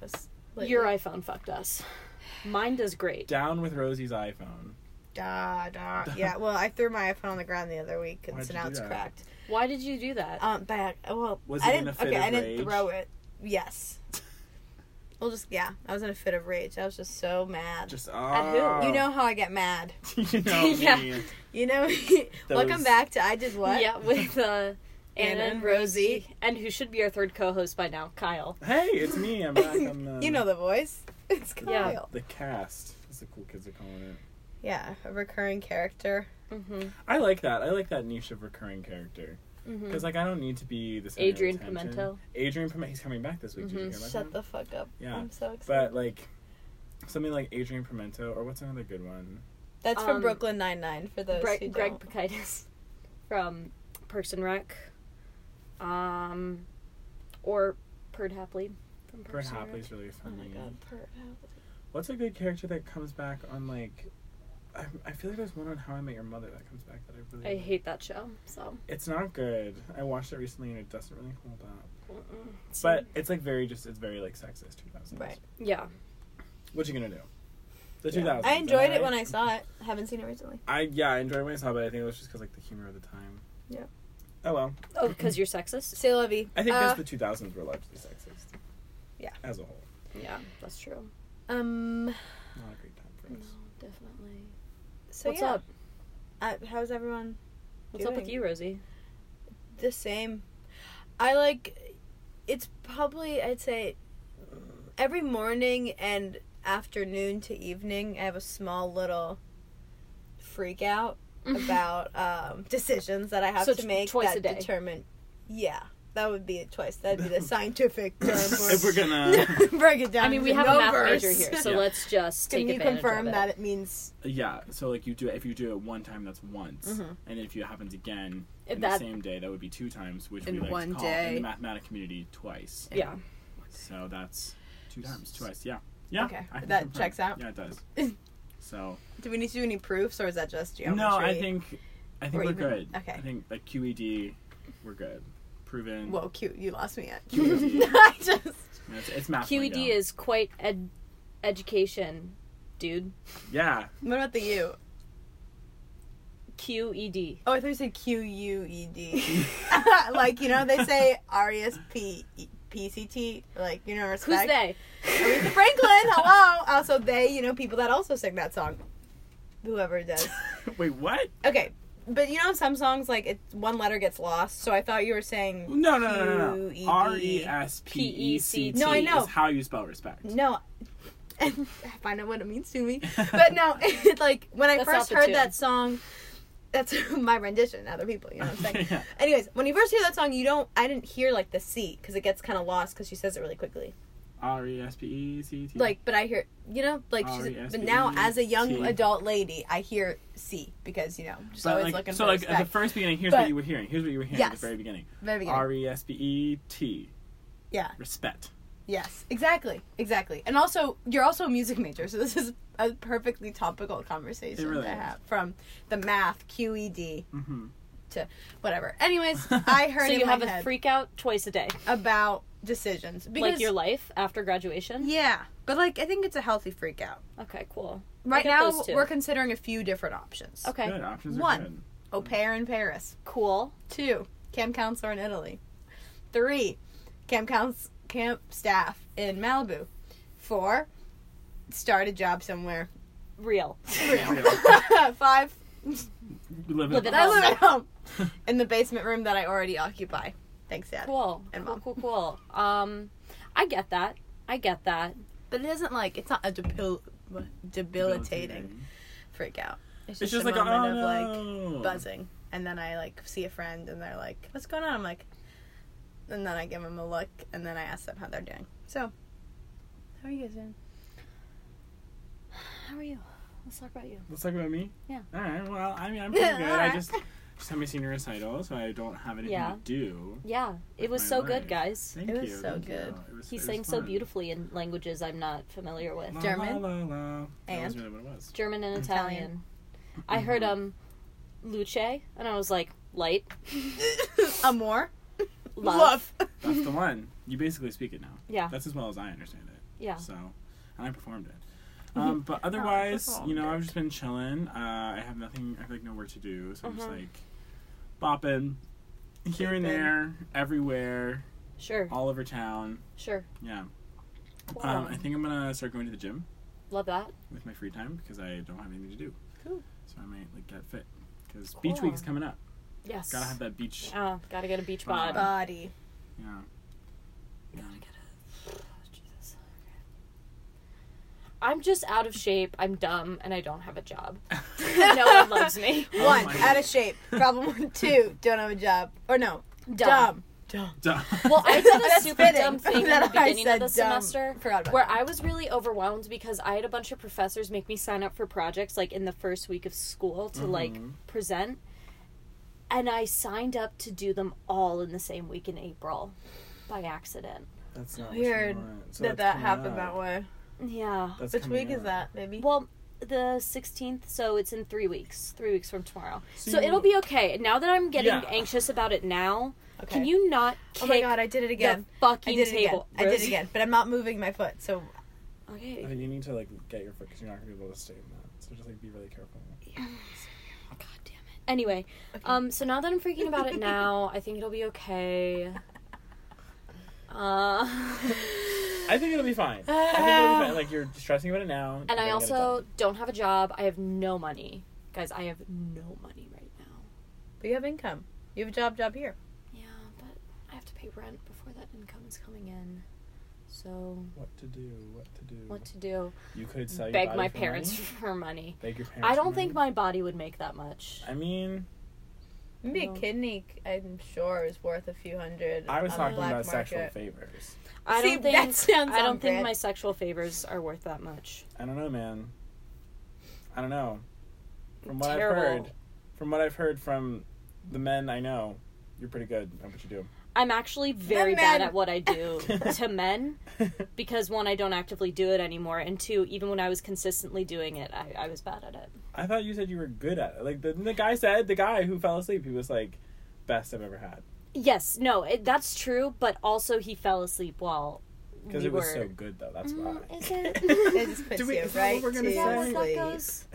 completely. Your iPhone fucked us. Mine does great. Down with Rosie's iPhone. Da, da. Yeah, well, I threw my iPhone on the ground the other week, and Why'd so you now do it's that? cracked. Why did you do that? Um, back. Well, Was I it in didn't. a fit okay, of I didn't rage? throw it. Yes. Well, just yeah, I was in a fit of rage. I was just so mad. Just oh, who? you know how I get mad. you know Yeah. me. You know. Welcome Those- back to I did what? Yeah, with uh, Anna and and Rosie. Rosie. and who should be our third co-host by now, Kyle. Hey, it's me. I'm uh, back on the. you know the voice. It's Kyle. Yeah. Yeah. the cast. That's the cool kids are calling it. a recurring character. Mm-hmm. I like that. I like that niche of recurring character Hmm. Mm-hmm. because like I don't need to be the center of Adrian attention. Pimento. Adrian Pimento. He's coming back this week. Did you Mhm. hear about Mm-hmm. Shut that? the fuck up. Yeah. I'm so excited. But like something like Adrian Pimento, or what's another good one? That's from um, Brooklyn Nine Nine for those Bre- who Greg don't. Pakaitis from Parks and Rec, um, or Perd Hapley from Bert Parks and Rec. Hopley's really Oh my funny. god. Pert. What's a good character that comes back on like? I, I feel like there's one on How I Met Your Mother that comes back that I really. I like. hate that show. So, It's not good. I watched it recently and it doesn't really hold up. mm-mm. But it's like very just. It's very like sexist 2000s. Right. yeah, What you gonna do? The Yeah. 2000s. I enjoyed it alright? when I saw it. Haven't seen it recently. I yeah, I enjoyed when I saw, it, but I think it was just because like the humor of the time. Yeah. Oh well, oh, because you're sexist. Say Lovey. I think uh, just the 2000s were largely sexist. Yeah. As a whole, Yeah, that's true. um. not a great time for No, us. definitely. So What's yeah. up? Uh, how's everyone? What's up with Doing. you, Rosie? The same. I like. It's probably I'd say every morning and afternoon to evening I have a small little freak out about um, decisions that I have So to t- make twice that a day. determine. Yeah, that would be it twice. That'd be the scientific term. For if we're gonna, break it down, I mean, we into have a math numbers. major here, so Yeah. let's just take Can you advantage confirm of it. that it means yeah. So like you do it if you do it one time, that's once, Mhm. and if it happens again in That- the same day, that would be two times, which In we like one to call in day. the mathematic community twice. Yeah. So that's two times, twice. Yeah. Yeah. Okay. I can That confirm. checks out? Yeah, it does. so Do we need to do any proofs, or is that just geometry? no, I think I think Or we're even- good. okay. I think like QED, we're good. Proven. Whoa, cute! You lost me at. QED. I just. It's, it's math. QED lingo. E is quite ed- education, dude. Yeah. What about the U? QED. Oh, I thought you said Q U E D. Like you know they say R E S P P C T. Like you know Who's respect. they? Aretha Franklin. Hello. Also they. You know people that also sing that song. Whoever does. Wait, what? Okay. But you know some songs like it one letter gets lost, so I thought you were saying No, no, no, Q E no, no. D. R E S P E C T. No, I know. Is how you spell respect. no. I find out what it means to me. But no, it, like when I That's first not the heard tune. that song, that's my rendition. Other people, you know what I'm saying. Yeah. Anyways, when you first hear that song, you don't. I didn't hear like the C because it gets kind of lost because she says it really quickly. R E S P E C T. Like, but I hear, you know, like. She's, R-E-S-P-E-C-T. but now, as a young adult lady, I hear C because you know, just But always like, looking so for like respect. at the first beginning, here's But- what you were hearing. Here's what you were hearing at Yes. the very beginning. Very beginning. R E S P E T. Yeah. Respect. Yes. Exactly. Exactly. And also, you're also a music major, so this is a perfectly topical conversation It really to is. have from the math QED Mm-hmm. to whatever. Anyways, I heard So in you my have a head freak out twice a day, about decisions because like your life after graduation. yeah, but like I think it's a healthy freak out. Okay, cool. Right Look at now, those two. we're considering a few different options. Okay, Good options are One. good. Au pair in Paris. cool. Two, camp counselor in Italy. Three, camp couns- camp staff in Malibu. Four, start a job somewhere. Real. Five, You Live Live it in I up. live at home in the basement room that I already occupy. Thanks, Dad. Cool. And cool, mom. cool, cool. Um, I get that. I get that. But it isn't like it's not a debil- what? debilitating freak out. It's It's just, just a like a, moment oh, of like no. buzzing. And then I like see a friend and they're like, what's going on? I'm like, and then I give them a look and then I ask them how they're doing. So, how are you guys doing? How are you? Let's talk about you. Let's talk about me. Yeah. All right. Well, I mean, I'm pretty good. I Alright. just just had my senior recital, so I don't have anything Yeah. to do. Yeah, it was My so life. good, guys. Thank It was you, so thank you. good. It was- He it was sang so fun. beautifully in languages I'm not familiar with. La, German. la, la, la. That And? was really what it was. Mm-hmm. German and Italian. Italian. I heard um Luce and I was like, light, Amor? love. That's the one. You basically speak it now. Yeah. That's as well as I understand it. Yeah. So, and I performed it. Um, but otherwise, you know, I've just been chilling. Uh, I have nothing. I have like nowhere to do, so I'm just Mhm. like bopping here and Bopping. there, everywhere, Sure. all over town. Sure. Yeah. Wow. Oh. Um, I think I'm gonna start going to the gym Love that. with my free time because I don't have anything to do. Cool. So I might like get fit because beach week's Cool. coming up. Yes. Gotta have that beach. Oh, gotta get a beach Wow. bod. Bod. Body. Yeah. Gotta get a- Jesus. I'm just out of shape. I'm dumb, and I don't have a job. no one loves me. One, Oh my out of shape. Problem one, two, don't have a job. Or no, dumb. Dumb. Duh. Well, I did a That's super fitting dumb thing in that the I beginning of said the dumb. semester Forgot about where that. I was really overwhelmed because I had a bunch of professors make me sign up for projects like in the first week of school to Mhm. like present. And I signed up to do them all in the same week in April by accident. That's not Weird What you want. So that that's that coming happened up. that way. Yeah. That's Which coming week is up. that, maybe? Well, the 16th, so it's in three weeks. Three weeks from tomorrow. So, So you- it'll be okay. Now that I'm getting Yeah. anxious about it now, Okay. can you not kick Oh my god, I did it the again. I fucking did it table? again. I did it Rosie? again. But I'm not moving my foot, so Okay. I think Uh, you need to like get your foot because you're not gonna be able to stay in that. So just like be really careful. God damn it. Anyway, um, so now that I'm freaking about it now, I think it'll be okay. Uh, I think it'll be fine. I think it'll be fine. Like you're stressing about it now. and you're I gonna get it also done. don't have a job. I have no money, guys. I have no money right now. but you have income. You have a job job here. Yeah, but I have to pay rent before that income is coming in. So what to do, what to do. what to do? you could sell your Beg body my for parents money. for money. Beg your parents. I for don't think money. my body would make that much. I mean, Maybe a No. kidney, I'm sure, is worth a few hundred. I was on the talking black about sexual market. favors. I See, don't think that sounds I on don't think brand. my sexual favors are worth that much. I don't know, man. I don't know. From what Terrible. I've heard, from what I've heard from the men I know, you're pretty good at what you I'm actually very The bad men. at what I do to men do. because one, I don't actively do it anymore, and two, even when I was consistently doing it, I, I was bad at it. I thought you said you were good at it. Like the, the guy said, the guy who fell asleep, he was like, best I've ever had Yes, no, it, that's true, but also he fell asleep while because we it was were. so good though. That's why. Mm, is it? It just puts Do we- you is that right what we're to gonna Is that what say? that sleep. goes?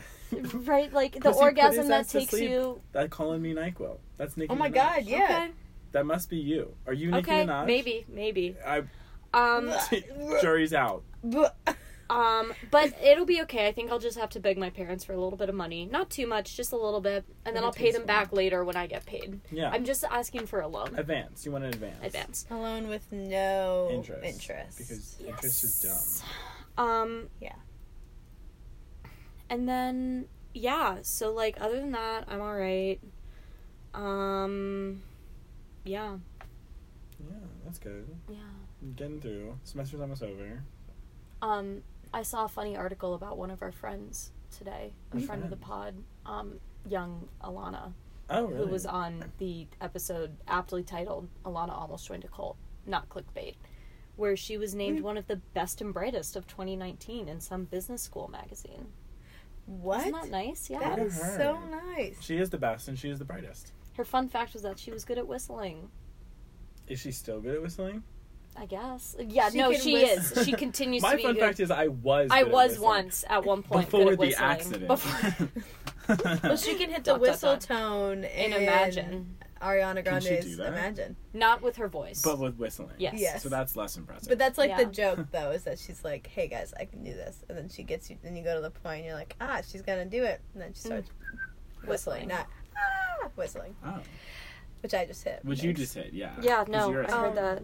Right, like the Pussy put his orgasm that ass to takes sleep. you. That calling me Nyquil. That's Nicki. Oh my Minaj. god, yeah. That must be you. Are you Nicki Okay, Minaj? okay, maybe, maybe. I, Um, jury's out. Um, but it'll be okay. I think I'll just have to beg my parents for a little bit of money. Not too much, just a little bit. And then Like a I'll pay them teaspoon. back later when I get paid. Yeah. I'm just asking for a loan. advance. You want an advance? Advance. Alone with no Interest. interest. Because interest is dumb. Um, Yeah. And then, yeah. So, like, other than that, I'm alright. Um, yeah. Yeah, that's good. Yeah. Getting through. Semester's almost over. Um, I saw a funny article about one of our friends today, a Mm-hmm. Who's friend of the friends? pod, um, young Alana. Oh, really? who was on the episode aptly titled Alana Almost Joined a Cult, not clickbait, where she was named Mm. one of the best and brightest of 2019 in some business school magazine. What? Isn't that nice? Yeah. That Look at is her. so nice. She is the best and she is the brightest. Her fun fact was that she was good at whistling. Is she still good at whistling? I guess. Yeah, She no, can she whist- is. She continues My to be fun good. fact is, I was. I good at was whistling. once at one point before good at the whistling. accident. Before Well, she can hit the Dot, dot, whistle dot. tone in, and imagine. Ariana Can she do Grande's that? Imagine. Not with her voice. but with whistling. Yes. Yes. So that's less impressive. But that's like the Yeah. joke though, is that she's like, "Hey guys, I can do this," and then she gets you, and you go to the point, and you're like, "Ah, she's gonna do it," and then she starts whistling, Whistling. not ah, whistling, oh, which I just hit. which you just hit, yeah. yeah, 'Cause no, you're a I Um, heard that.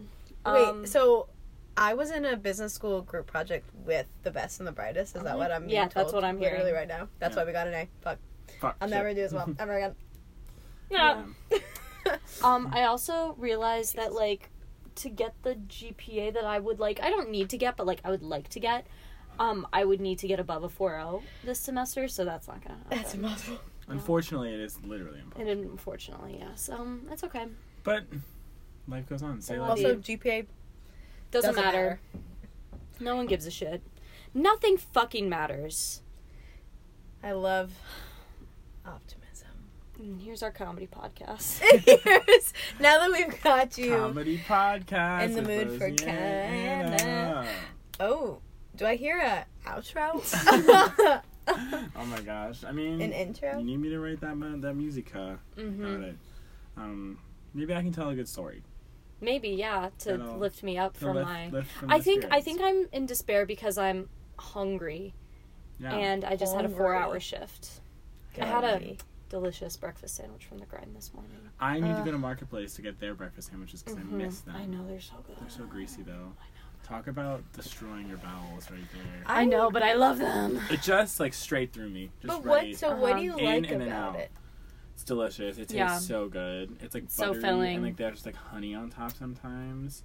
Wait, Um, so I was in a business school group project with the best and the brightest. Is that what I'm? being Mm-hmm. Yeah, that's told what I'm literally hearing. right now. That's Yeah. why we got an A. Fuck, Fuck, I'll shit. never do as well ever again. Yeah. Um, I also realized that like to get the GPA that I would like, I don't need to get, but like I would like to get, um, I would need to get above a 4.0 this semester, so that's not gonna happen. that's impossible. Unfortunately, it is literally impossible. and unfortunately, yeah. So um, that's okay. But life goes on. Say Well, less. Also, Indeed. GPA Doesn't, Doesn't matter. No one gives a shit. Nothing fucking matters. I love optimism. And Mm, here's our comedy podcast. Here's- now that we've got you. Comedy podcast. In the with mood for Rosie and Anna. Canada. Oh, Do I hear a outro? oh my gosh. I mean, An intro? You need me to write that mu- that music, huh? Mm-hmm. Alright. Um, maybe I can tell a good story. Maybe yeah to That'll- lift me up to from lift- my. lift from I the think I spirits. think I'm in despair because I'm hungry Yeah. and I just had a Hungry. four hour shift. I had a Golly. delicious breakfast sandwich from the grind this morning. I need to Ugh. go to Marketplace to get their breakfast sandwiches because Mhm. I miss them. Uh, I know they're so good. They're so greasy though. Talk about destroying your bowels right there. I know, but I love them. It just like straight through me. Just But right. what? So what do Uh-huh. you In like and then about out. it? It's delicious. It tastes Yeah. so good. It's like It's so buttery filling. and like there's like honey on top sometimes,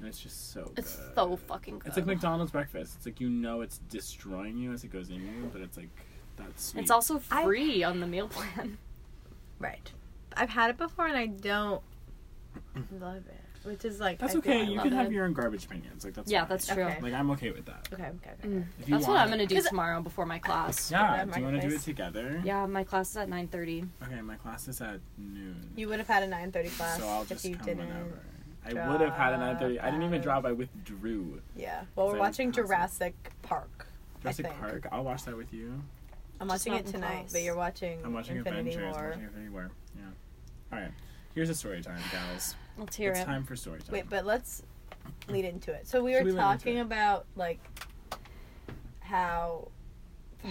and it's just so. It's good. so fucking good. Uh, It's like McDonald's breakfast. It's like you know it's destroying you as it goes in you, but it's like that's sweet. It's also I- free on the meal plan. Right. I've had it before and I don't love it, which is like that's I think okay. I You love can it. have your own garbage opinions. Like that's Yeah, fine. that's true. Okay. Like I'm okay with that. Okay, okay, okay. Mm. If you That's what want I'm gonna it. do 'Cause- tomorrow before my class. Yeah. Yeah, Do you want to do it Marketplace. together? Yeah, my class is at nine thirty. Okay, my class is at noon. You would have had a nine thirty class so I'll if just you come didn't. whenever. I would have had a drop 9:30. I didn't even out. drop. I withdrew. Yeah. Well, So we're I watching was constantly- Jurassic Park. Jurassic think. Park. I'll watch that with you. I'm Just watching not it in tonight, class. but you're watching, I'm watching Mm, Infinity Adventures. I'm War. watching Infinity War. Yeah. All right. Here's a story time, gals. Let's hear it's it. time for story time. Wait, but let's lead into it. So we Should were we lead into talking it? about like how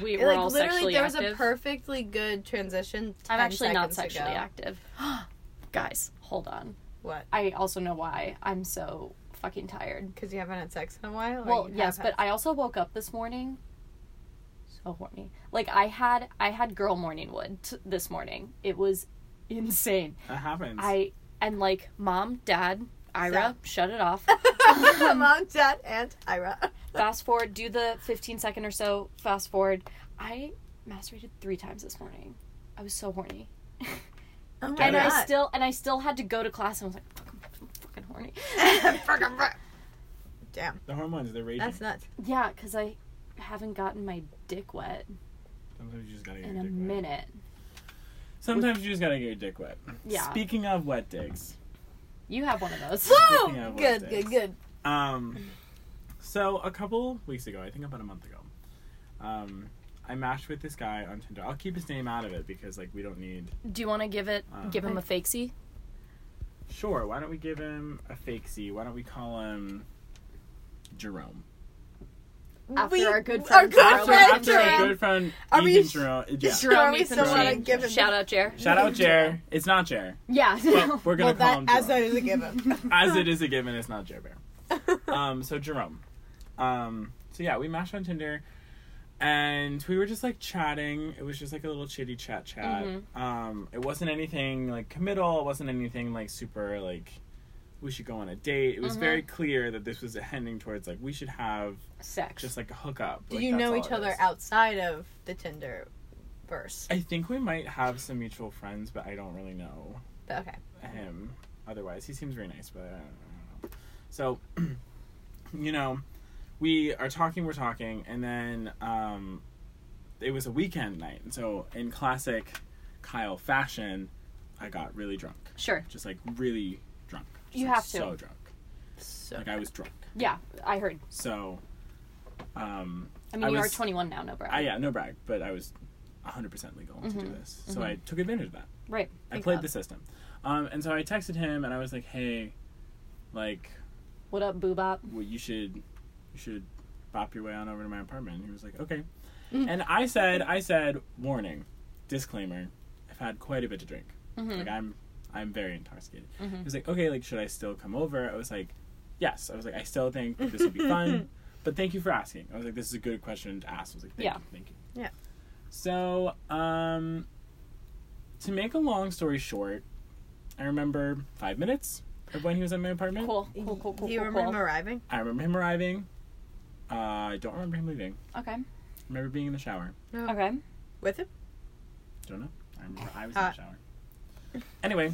We it, were all like literally sexually there active. was a perfectly good transition. 10 I'm actually not seconds sexually ago. active. Guys, hold on. What? I also know why I'm so fucking tired. Because you haven't had sex in a while. or Well, Oh, you have yes, had but I also woke up this morning so horny. Like I had I had girl morning wood t- this morning. It was insane. That happens. I and like mom, dad, Ira, shut it off. um, Mom, Dad, and Ira. Oh fast forward, do the 15 second or so fast forward. I masturbated 3 times this morning. I was so horny. Oh my and it. I still and I still had to go to class and I was like "Fuck, I'm fucking horny. Damn, the hormones, they're raging. that's nuts. Yeah, cuz I haven't gotten my dick wet Sometimes you just gotta get in your a dick wet. minute. Sometimes you just gotta get your dick wet. Yeah. Speaking of wet dicks. You have one of those. Speaking Whoa! of Good, good, what dicks. good. Um, so a couple weeks ago, I think about a month ago, um, I matched with this guy on Tinder. I'll keep his name out of it because like we don't need. Do you want to give it? Uh, give him a fakesy. Sure, why don't we give him a fake C? Why don't we call him Jerome? After We- our good Our friend good Jerome. friend After our Jerome. good friend Are we- Egan Jerome. Yeah. Jer- Jerome needs to wanna change. give him- Shout out, Jer. Shout out Jer. It's not Jer. Yeah. But we're gonna well, call that him as Jerome. that is a given. as it is a given, it's not Jer Bear. um, so Jerome. Um, so yeah, we matched on Tinder, and we were just like chatting. It was just like a little chitty chat chat. Mhm. Mm-hmm. Um, it wasn't anything like committal. It wasn't anything like super like we should go on a date. It was Mhm. Mm-hmm. very clear that this was heading towards like we should have Sex. just like a hookup. Do Like, you that's know all each it other is. outside of the Tinder verse? I think we might have some mutual friends, but I don't really know But okay. him otherwise. He seems very nice, but I don't, I don't know. So, you know, we are talking, we're talking, and then um, it was a weekend night. And so, in classic Kyle fashion, I got really drunk. sure. Just like really drunk. Just, You like, have to. So drunk. So Like I was drunk. Yeah, I heard. So, um, I mean, I you was- are 21 now, no, bro. I, uh, yeah, no brag, but I was 100% legal to Mm-hmm. do this. So I took advantage of that. Right. I Thank played God. the system. Um, and so I texted him and I was like, hey, like, What up, boobop? well, you should, you should bop your way on over to my apartment. And he was like, okay. And I said, I said, warning, disclaimer, I've had quite a bit to drink. Like I'm, I'm very intoxicated. He was like, okay, like, should I still come over? I was like, yes. I was like, I still think that this would be fun, but thank you for asking. I was like, this is a good question to ask. I was like, thank Yeah. you, thank you. Yeah. So, um, to make a long story short, I remember five minutes of when he was at my apartment. Cool. Cool. Cool. Cool. cool, Do you cool. remember arriving? I remember him arriving. Uh, I don't remember him leaving. Okay. I remember being in the shower. Oh. Okay. With him? Don't know. I remember I was in Uh. the shower. Anyway,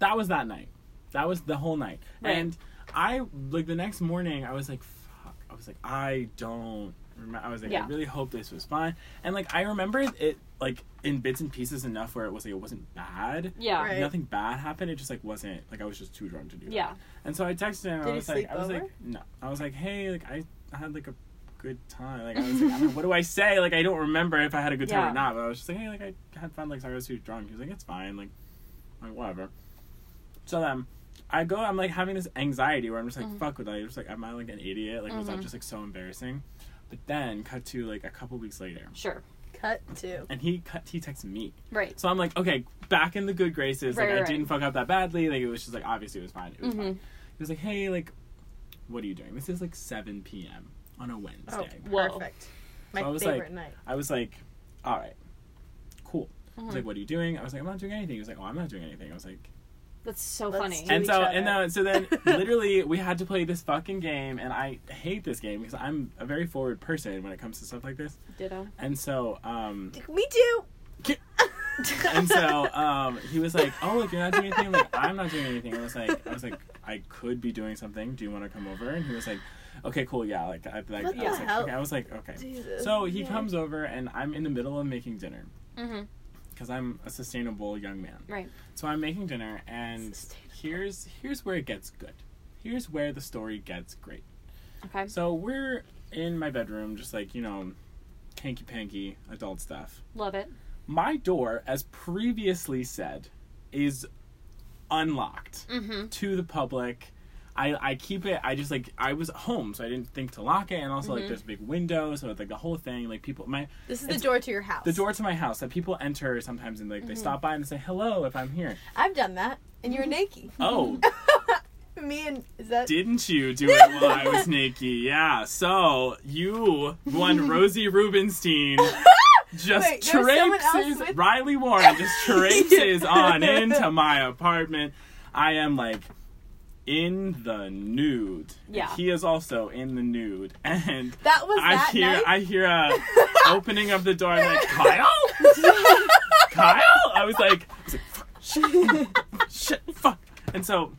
that was that night. That was the whole night. Right. And I like the next morning. I was like, fuck. I was like, I don't. Remember. I was like, Yeah. I really hope this was fine. And like, I remember it like in bits and pieces enough where it was like it wasn't bad. Yeah. Right. Nothing bad happened. It just like wasn't like I was just too drunk to do. that. Yeah. And so I texted him. Did I he was like, sleep I was over? like, no. I was like, hey, like I I had like a good time. Like I was like, I don't- what do I say? Like I don't remember if I had a good time Yeah. or not. But I was just like, hey, like I had fun. Like sorry, I was too drunk. He was like, it's fine. Like, like whatever. So then I go. I'm like having this anxiety where I'm just like, Mm-hmm. fuck with. I just like, am I like an idiot? Like was that just like so embarrassing? But then cut to like a couple weeks later, Sure. Cut to. and he cut. He texts me. Right. So I'm like, okay, back in the good graces. Right, like right, I didn't fuck up that badly. Like it was just like obviously it was fine. It was fine. He was like, hey, like, what are you doing? This is like 7 p.m. on a Oh, Wednesday. Whoa. perfect. My So I was favorite like- night. I was like, all right, cool. He was like, what are you doing? I was like, I'm not doing anything. He was like, oh, I'm not doing anything. I was like, That's so Let's funny. do and each so and other. then so then literally we had to play this fucking game, and I hate this game because I'm a very forward person when it comes to stuff like this. Ditto. And so, um, Me too. and so um, he was like, "Oh, like you're not doing anything." I'm like, "I'm not doing anything." I was like, "I was like, I could be doing something. Do you want to come over?" And he was like, "Okay, cool, yeah." Like, I, What like, I was the like, hell? okay. I was like, "Okay." Jesus. So he Yeah. comes over, and I'm in the middle of making dinner Mm-hmm. because I'm a sustainable young man. Right. So I'm making dinner, and here's here's where it gets good. Here's where the story gets great. Okay. So we're in my bedroom, just like you know, hanky panky adult stuff. Love it. My door, as previously said, is unlocked Mm-hmm. to the public. I, I keep it. I just like I was home, so I didn't think to lock it. And also like there's a big window, so it's like the whole thing. Like people, my This is the It's- door to your house. the door to my house that people enter sometimes, and like they stop by and say hello if I'm here. I've done that, and you were naked. Oh, Me and is that? didn't you do it while I was naked? Yeah. So you, one Rosie Rubenstein, just Wait, there was someone else traipses with- Riley Warren just traipses on into my apartment. I am like in the nude. Yeah. He is also in the nude, and that was I that hear night. I Oh. hear a opening of the door. I'm like Kyle, Kyle. I was like, I was like fuck, shit, shit, fuck. And so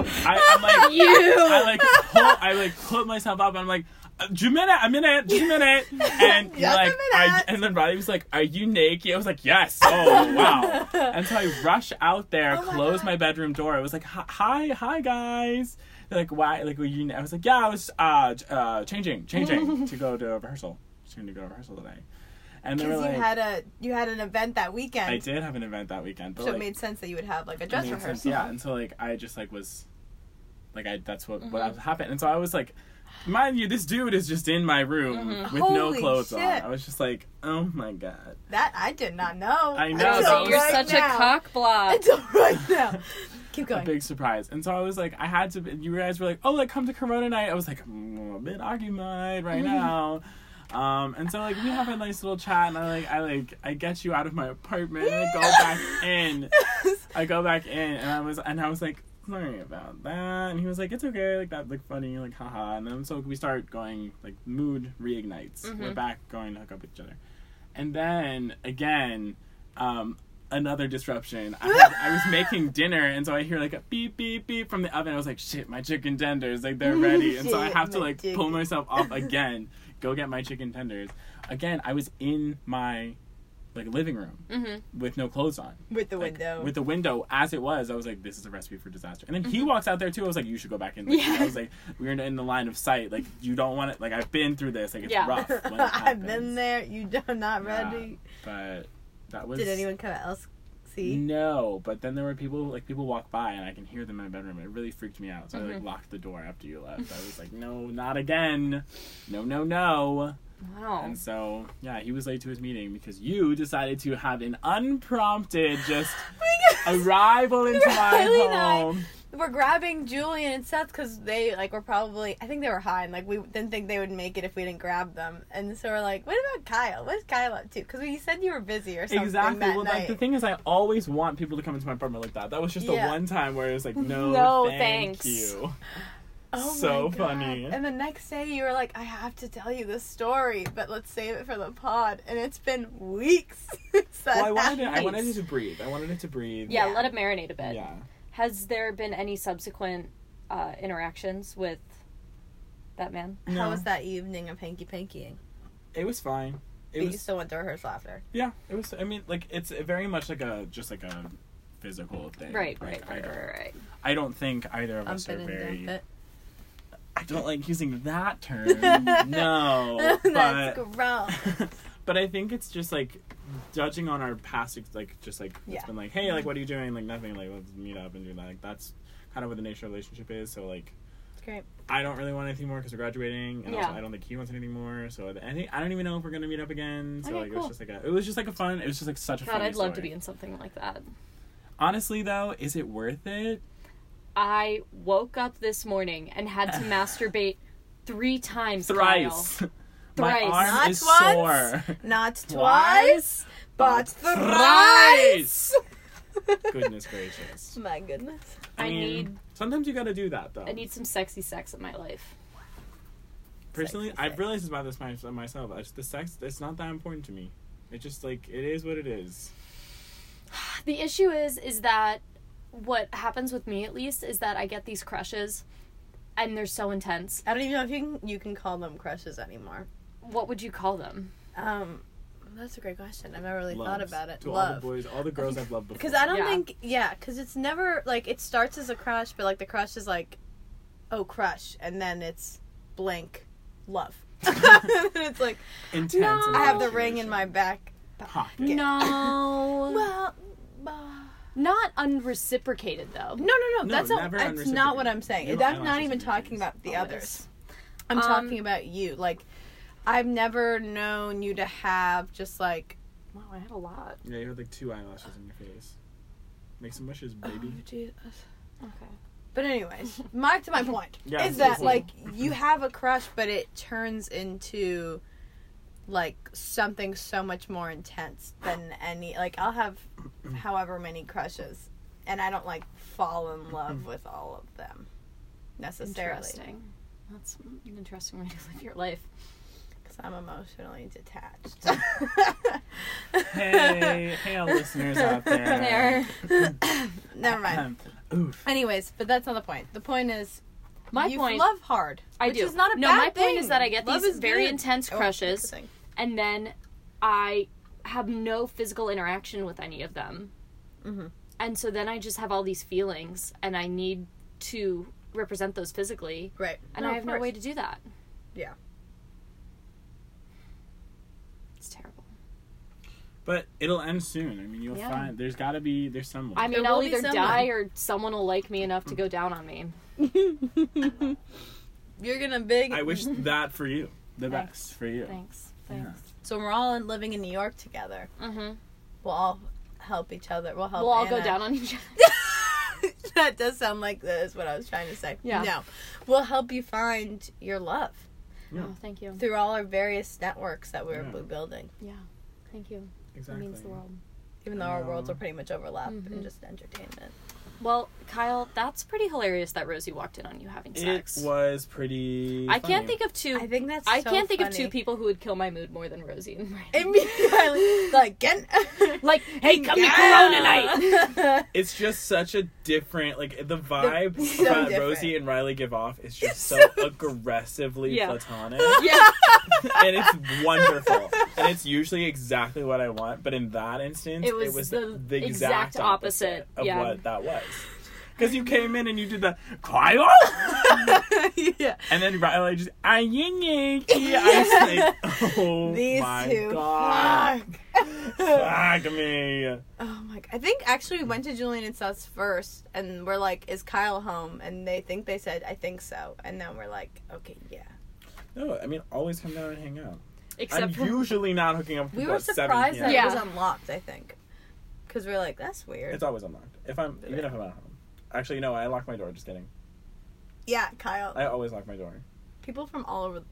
I, I'm like, I like, pull, I like put myself up. And I'm like, uh, Jumina, a minute, just a minute. And you're Just a like, I, minute. and then Riley was like, Are you naked? I was like, Yes. Oh wow. And so I rush out there, Oh my close God. my bedroom door. I was like, "Hi- Hi, hi guys. They're like, why? Like, were you? I was like, yeah, I was uh, j- uh changing, changing to go to a rehearsal. Soon to go to rehearsal today. And they were because like, you had a you had an event that weekend, I did have an event that weekend, but so it like, made sense that you would have like a it dress made rehearsal. sense, yeah. And so like, I just like was, like, I that's what what Mm-hmm. happened. And so I was like, mind you, this dude is just in my room with no Mm-hmm. Holy clothes on. shit. I was just like, oh my god. That I did not know. I know, Until so you're you're right such now. a cock block. Until right now. Keep a going. big surprise. And so I was like, I had to. You guys were like, oh, like come to Corona night. I was like, mm, I'm a bit occupied Mm-hmm. right now. Um, and so like we have a nice little chat, and I like I like I get you out of my apartment. And I go back in. I go back in, and I was and I was like. Sorry about that. And he was like, "It's okay, like that, like funny, like haha." And then so we start going, like mood reignites. Mm-hmm. We're back going to hook up with each other, and then again, um, another disruption. I, had, I was making dinner, and so I hear like a beep, beep, beep from the oven. I was like, shit, my chicken tenders, like they're ready. And so I Shit, have to my like chicken. pull myself off again, go get my chicken tenders. Again, I was in my like living room Mm-hmm. with no clothes on. With the Like, window. With the window as it was, I was like, this is a recipe for disaster. And then he Mm-hmm. walks out there too. I was like, you should go back in. Like, Yeah. I was like, we're in, in the line of sight. Like, you don't want it. Like, I've been through this. Like, it's Yeah. rough. When it I've been happens. there. You are not Yeah. ready. But that was. Did anyone come else see? No, but then there were people like people walk by and I can hear them in my bedroom. It really freaked me out. So I Mhm. Mm-hmm. like locked the door after you left. I was like, no, not again. No, no, no. Wow. And so yeah, he was late to his meeting because you decided to have an unprompted just arrival into my Riley and I- home. We're grabbing Julian and Seth because they like were probably I think they were high and like we didn't think they would make it if we didn't grab them. And so we're like, what about Kyle? What's Kyle up to? Because we said you were busy or something Exactly. that Well, night. like the thing is, I always want people to come into my apartment like that. That was just the Yeah. one time where it was like, no, No, thank thanks. you. Oh so my God. funny. And the next day you were like, I have to tell you this story, but let's save it for the pod. And it's been weeks since that Well, I wanted it. I happened. wanted it to breathe. I wanted it to breathe. Yeah, Yeah. let it marinate a bit. Yeah. Has there been any subsequent uh, interactions with that man? How was that evening of hanky pankying? It was fine. It But was you still went to rehearsal after. yeah. It was. I mean, like it's very much like a just like a physical thing. Right, Like, right, right, I, right, don't, right. I don't think either of I'm us are been very. in I don't like using that term. No. That's Oh, but, gross. but I think it's just like judging on our past, ex- like just like Yeah. it's been like, Mm-hmm. hey, like what are you doing? Like nothing. Like let's meet up and do that. Like that's kind of what the nature of relationship is. So like It's great. I don't really want anything more because we're graduating, and Yeah. also I don't think he wants anything more. So I think I don't even know if we're gonna meet up again. So Okay, like it was cool. just like a, it was just like a fun. It was just like such a God, funny I'd love to story. be in something like that. Honestly though, is it worth it? I woke up this morning and had to masturbate three times. Thrice. My Thrice. arm Not is once, sore. Not Twice, twice, but thrice. thrice. Goodness gracious. My goodness. Kyle. I mean, need Sometimes you gotta do that though. I need some sexy sex in my life. Personally, Sexy I've sex. realized about this my- myself. It's the sex, it's not that important to me. It just like it is what it is. The issue is is that what happens with me at least is that I get these crushes and they're so intense. I don't even know if you can you can call them crushes anymore. What would you call them? Um, that's a great question. I've never really thought Loves. about it. To all the Love. boys, all the girls I've loved before. Because I don't Yeah. think, yeah, because it's never like it starts as a crush, but like the crush is like, oh, crush, and then it's blank, love. and it's like intense. No. and I have the ring in infatuation. my back. pocket. No. Well, uh, Not unreciprocated no, though. no, no. No, That's not. never That's not what I'm saying. unreciprocated. I'm No, not even unreciprocated talking Oh, is about the always. others. I'm Um, talking about you. Like, I've never known you to have just like. Wow, I had a lot. Yeah, you have like two eyelashes on your face. Make some wishes, baby. Oh, Jesus. Okay. But anyways, back to my point Yeah, is to that the like point. you have a crush, but it turns into like something so much more intense than any. Like I'll have however many crushes, and I don't like fall in love with all of them necessarily Interesting. That's an interesting way to live your life. because I'm emotionally detached. hey, hey, all listeners out there. There. Never mind. Um, oof. Anyways, but that's not the point. The point is My you point love hard. I which do. Is not a no, bad my point thing. is that I get Love these is very good. intense Oh, crushes, interesting. and then I have no physical interaction with any of them, Mhm. and so then I just have all these feelings, and I need to represent those physically, Right. and I have no way to do that. Yeah. It's terrible. But it'll end soon. I mean, you'll Yeah. find there's got to be there's someone. I mean, will I'll be either someone. die or someone will like me enough to go down on me. You're gonna big. I wish that for you, the Thanks. best for you. Thanks. Thanks. So when we're all in, living in New York together. Mm-hmm. We'll all help each other. We'll help. We'll all go Anna. down on each other. that does sound like that is what I was trying to say. Yeah. No, we'll help you find your love Yeah. Oh, thank you. through all our various networks that we're Yeah. building. Yeah. Thank you. Exactly. It means the world. Even though our Yeah. worlds are pretty much overlap in Mhm. just entertainment. Well, Kyle, that's pretty hilarious that Rosie walked in on you having It sex. was pretty. I can't funny. think of two. I think that's. I so can't think of funny. two people who would kill my mood more than Rosie and Brandon. Immediately, like, get, like, hey, come Yeah. to Corona night. It's just such a different, like the vibe so that different. Rosie and Riley give off is just so, aggressively Yeah. platonic, yeah, and it's wonderful. And it's usually exactly what I want, but in that instance, It was the exact opposite, of yeah. what that was. Because you came in and you did the Kyle, yeah. and then Riley just "Ah, I I was like, oh These my two. god, Fuck. fuck me. Oh my! g- I think actually we went to Julian and Seth's first, and we're like, "Is Kyle home?" And they think they said, "I think so," and then we're like, "Okay, yeah." No, I mean always come down and hang out. except I'm for usually not hooking up. with We people were at 7 surprised p.m. that Yeah. it was unlocked. I think because we're like, "That's weird." It's always unlocked. If I'm even if I'm at home. Actually, no, I lock my door. Just kidding. yeah, Kyle. I always lock my door. People from all over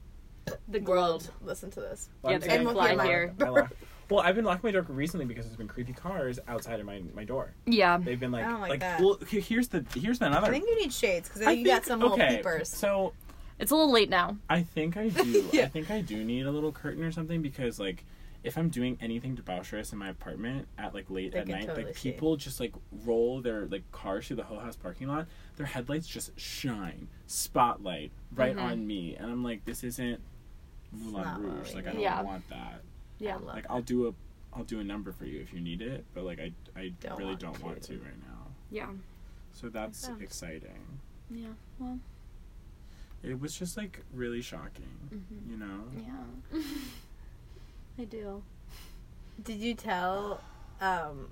the the world. world listen to this. Well, Yeah, I'm they saying can I fly lock- here. I lock- Well, I've been locking my door recently because there's been creepy cars outside of my my door. Yeah, They've been like, I don't like that. well, he- here's the here's another. I think you need shades because I you got think- some little okay, peepers. So it's a little late now. I think I do. Yeah. I think I do need a little curtain or something because like if I'm doing anything debaucherous in my apartment at like late They at can night, totally like see. people just like roll their like cars through the whole house parking lot, their headlights just shine spotlight right Mhm. on me, and I'm like, this isn't Mm-hmm. not Moulin what Rouge. we Like I need. don't Yeah. want that. Yeah, I love Like it. I'll do a I'll do a number for you if you need it, but like I I Don't really want don't want to to. right now. yeah, So that's Okay. exciting. yeah. Well, It was just like really shocking, Mm-hmm. Mhm. you know? Yeah. I do. Did you tell um,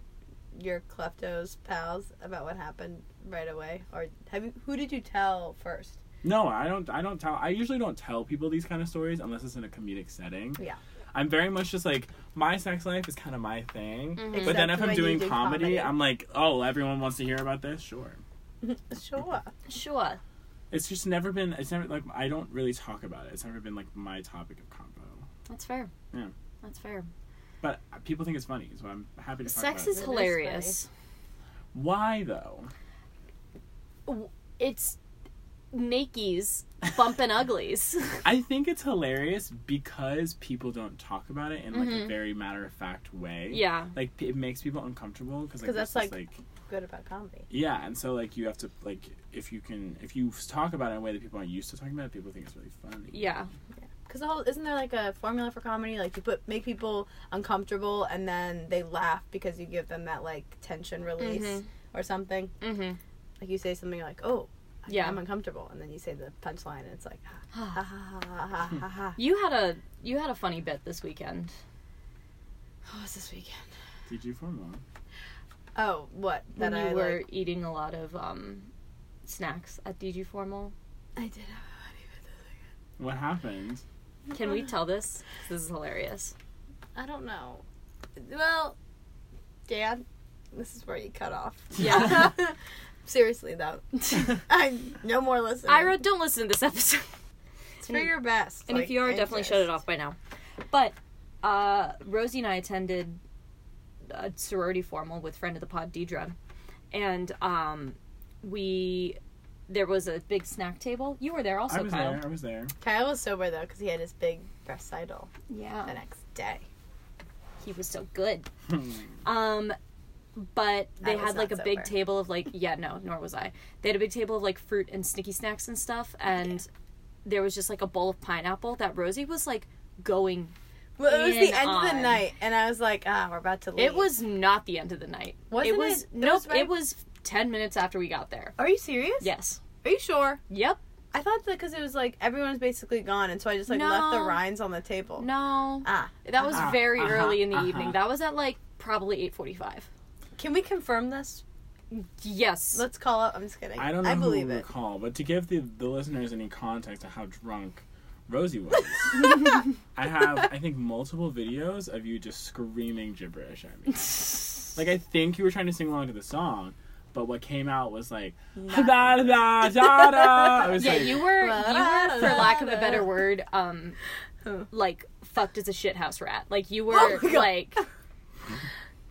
your kleptos pals about what happened right away, or have you? Who did you tell first? No, I don't. I don't tell. I usually don't tell people these kind of stories unless it's in a comedic setting. Yeah. I'm very much just like my sex life is kind of my thing. Mhm. But Except then if I'm when you doing do comedy, comedy. I'm like, oh, everyone wants to hear about this. Sure. Sure. Sure. It's just never been. It's never like I don't really talk about it. It's never been like my topic of combo. That's fair. Yeah. That's fair. But people think it's funny, so I'm happy to talk Sex about is It is hilarious. it. Why though? It's nakies bumping uglies. I think it's hilarious because people don't talk about it in like a Mhm. very matter of fact way. yeah. Like it makes people uncomfortable because 'Cause like, that's, that's like, like- like Good about comedy. yeah, and so like you have to like if you can if you talk about it in a way that people aren't used to talking about it, people think it's really funny. Yeah. Cause the whole isn't there like a formula for comedy? Like you put make people uncomfortable and then they laugh because you give them that like tension release Mhm. or something. Mm-hmm. Like you say something like, "Oh, I- Yeah. I'm uncomfortable," and then you say the punchline, and it's like, "Ah, ha ha ha ha ha ha. ha. You had a you had a funny bit this weekend. What was this weekend? Did you form one? Oh, what that when you I were Like, eating a lot of um, snacks at DG Formal. I did have a honey bit this weekend. What happened? Can we tell this? This is hilarious. I don't know. Well, Dan, this is where you cut off. Yeah. Seriously though, I no more listening. Ira, don't listen to this episode. it's for your best. And like, if you are, and definitely shut it just- off by now. But uh, Rosie and I attended a sorority formal with friend of the pod, Deidre, and um, we there was a big snack table. You were there also, I was Kyle. there. I was there. Kyle was sober though because he had his big recital the Yeah, next day. he was so good. Um, but I they was had like a not big sober. table of like yeah no nor was I. They had a big table of like fruit and snicky snacks and stuff, and there was just like a bowl of pineapple that Rosie was like going. Well, it was In the end of the on- night, and I was like, ah, we're about to leave. It was not the end of the night. Wasn't it was it? It nope. was right- It was ten minutes after we got there. Are you serious? Yes. Are you sure? Yep. I thought that because it was like everyone's basically gone, and so I just like left the No. rinds on the table. No. Ah, That was Uh-huh, very uh-huh, early in the uh-huh. evening. That was at like probably eight forty-five. can we confirm this? Yes. Let's call up. I'm just kidding. I don't know I believe who will it. recall, but to give the, the listeners any context to how drunk Rosie was, I have I think multiple videos of you just screaming gibberish at me. Like I think you were trying to sing along to the song, but what came out was like da da da da. da. I was yeah, like, you were, you were, for lack of a better Huh. word, um, like fucked as a shithouse rat. Like you were, Oh my God. like,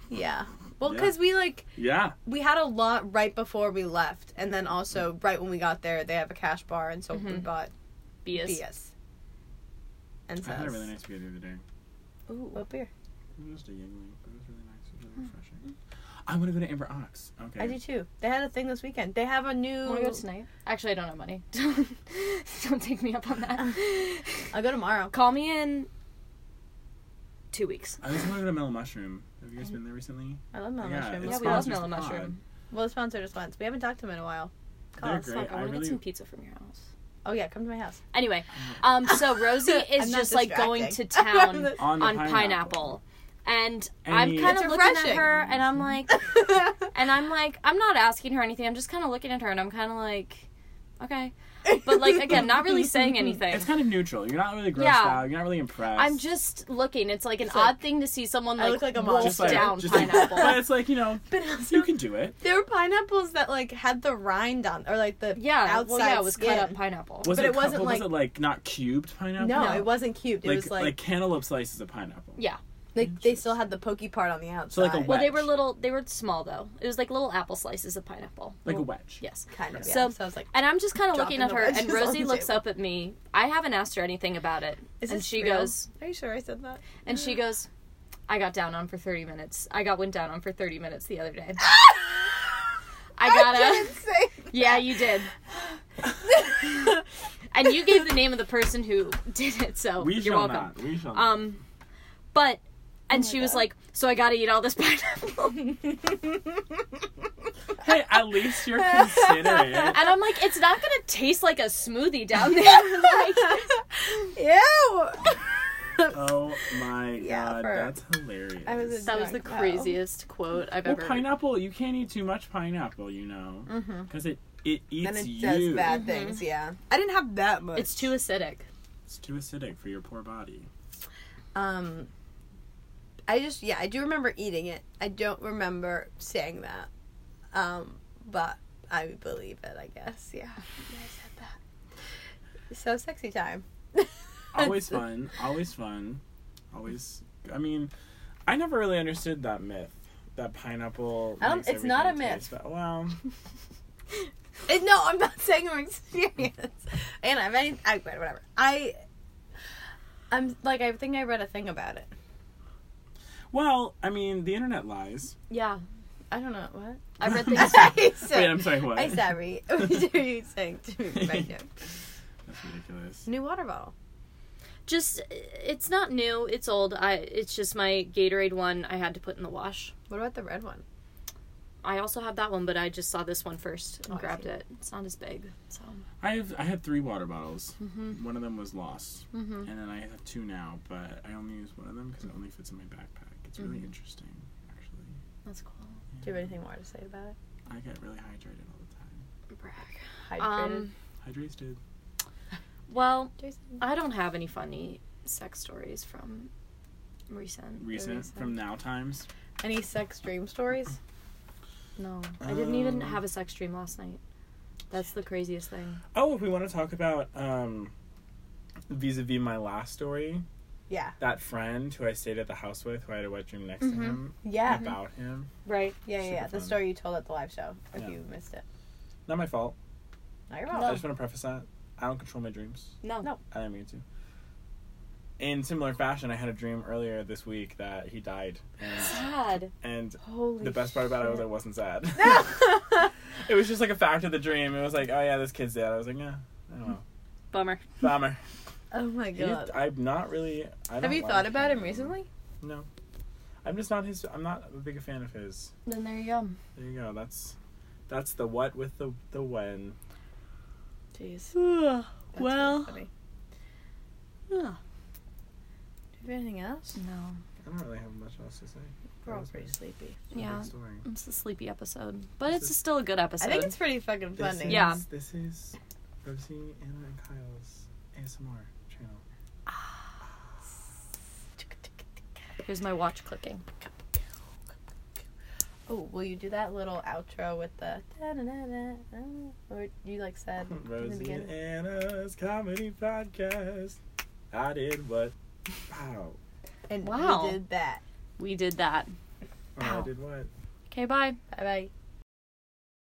Yeah. Well, Yeah. because we like yeah. we had a lot right before we left, and then also right when we got there, they have a cash bar, and so we Mhm. bought BS. BS. And so. I had a really nice beer the other day. Ooh, what beer? It was just a Yingling, but it was really nice. It was really refreshing. I'm gonna go to Amber Ox. Okay. I do too. They had a thing this weekend. They have a new. Want to go tonight? Actually, I don't have money. Don't, don't take me up on that. I'll go tomorrow. Call me in two weeks. I just want to go to Mellow Mushroom. Have you guys been there recently? I love Mellow Yeah, Mushroom. it's Yeah, we love sponsored Mellow the pod. Mushroom. Well, the sponsor just once. We haven't talked to him in a while. Call They're us. great. Fuck, I I want to get really- some pizza from your house. Oh yeah, come to my house. Anyway, um, so Rosie I'm is not just like going to distracting. town On, the on pineapple. And I'm Any- kind It's of looking at refreshing. her, and I'm like, and I'm like, I'm not asking her anything. I'm just kind of looking at her, and I'm kind of like, okay, but like again, not really saying anything. It's kind of neutral. You're not really grossed Yeah. out. You're not really impressed. I'm just looking. It's like an It's like- odd thing to see someone I like, look like a wolf monster. like- down just like- pineapple. but it's like you know, But also, you can do it. there were pineapples that like had the rind on, or like the yeah, outside well, yeah, it was skin. cut up pineapple. Was But it, it wasn't couple- like- was it like not cubed pineapple? No, No. it wasn't cubed. It like, was like, cantaloupe slices of pineapple. yeah. like they still had the pokey part on the outside. like a Well, they Wedge. were little. They were small though. It was like little apple slices of pineapple. like a Little- wedge. Yes. kind of. Yeah. So, So- I was like, And I'm just kind of Dropping looking at the her, and wedges on Rosie the looks table. up at me. I haven't asked her anything about it, is and this she real? Mm. goes, Are you sure I said that? and she goes, "I got down on for 30 minutes. I got went down on for 30 minutes the other day. I got I a didn't say. yeah, you did, and you gave the name of the person who did it, so We you're shall Um, welcome. not. We shall. not. Um, but and Oh my she was God. like, "So I gotta eat all this pineapple." Hey, at least you're considering. And I'm like, it's not gonna taste like a smoothie down there. like, Ew. Oh my Yeah, god, for- that's hilarious. I was a- that was the Wow. craziest quote I've well, ever. pineapple. You can't eat too much pineapple, you know, Mhm. because it it eats and Mm. it you. does bad Mhm. things. Yeah, I didn't have that much. It's too acidic. It's too acidic for your poor body. Um, I just yeah, I do remember eating it. I don't remember saying that, um, but I believe it. I guess yeah. So sexy time. Always fun. Always fun. Always. I mean, I never really understood that myth. That pineapple. I don't- makes it's not a everything myth. taste Bad. Well, Eh, no, I'm not saying from experience. And I've any, I whatever. I, I'm like I think I read a thing about it. well. I mean, the internet lies. Yeah, I don't know what. I read I'm things. sorry. I Wait, said- I'm sorry. What? I sorry. What are you saying to me right now? That's ridiculous. New water bottle. just it's not new. It's old. I. It's just my Gatorade one. I had to put in the wash. What about the red one? I also have that one, but I just saw this one first and Oh, I grabbed see. it. It's not as big, so. I have I had three water bottles. Mm-hmm. One of them was lost, Mm-hmm. and then I have two now. But I only use one of them because it only fits in my backpack. It's really interesting, actually. That's cool. Do you have anything more to say about it? I get really hydrated all the time. Hydrated. Um, Hydrated. well, Jason. I don't have any funny sex stories from recent. Recent recent. from now times. Any sex dream stories? No, I didn't even Um, have a sex dream last night. That's the craziest thing. Oh, if we want to talk about um, vis-a-vis my last story, Yeah. that friend who I stayed at the house with, who I had a wet dream next Mhm. to him Yeah. Mm-hmm. about him. Right. Yeah, yeah, Super yeah. The fun. story you told at the live show, if Yeah. you missed it. Not my fault. Not your I problem. just want to preface that I don't control my dreams. No. No. I didn't mean to. In similar fashion, I had a dream earlier this week that he died, and, Sad. and Holy the best part about it was I shit. wasn't sad. No! it was just like a fact of the dream. It was like, oh yeah, this kid's dead. I was like, yeah, I don't know, Bummer. bummer. oh my He didn't- god. I'm not really. I don't Have you like thought about him him recently? No, I'm just not his. I'm not a big fan of his. Then there you go. There you go. That's that's the what with the the when. Jeez. That's really well, funny. do ugh. you have anything else? no. I don't really have much else to say. We're all was pretty sleepy. It's a Yeah. big story. Mm-hmm. It's a sleepy episode, but This it's is- still a good I episode. think it's pretty fucking This funny. is- Yeah. This is Rosie, Anna, and Kyle's ASMR channel. Here's my watch clicking. Oh, will you do that little outro with the da-da-da-da, or you like said in the Rosie and beginning? Anna's comedy podcast. I did what? Oh, Wow. And Wow. we did that. We did that. Oh, I Ow. did what? Okay, bye. Bye bye.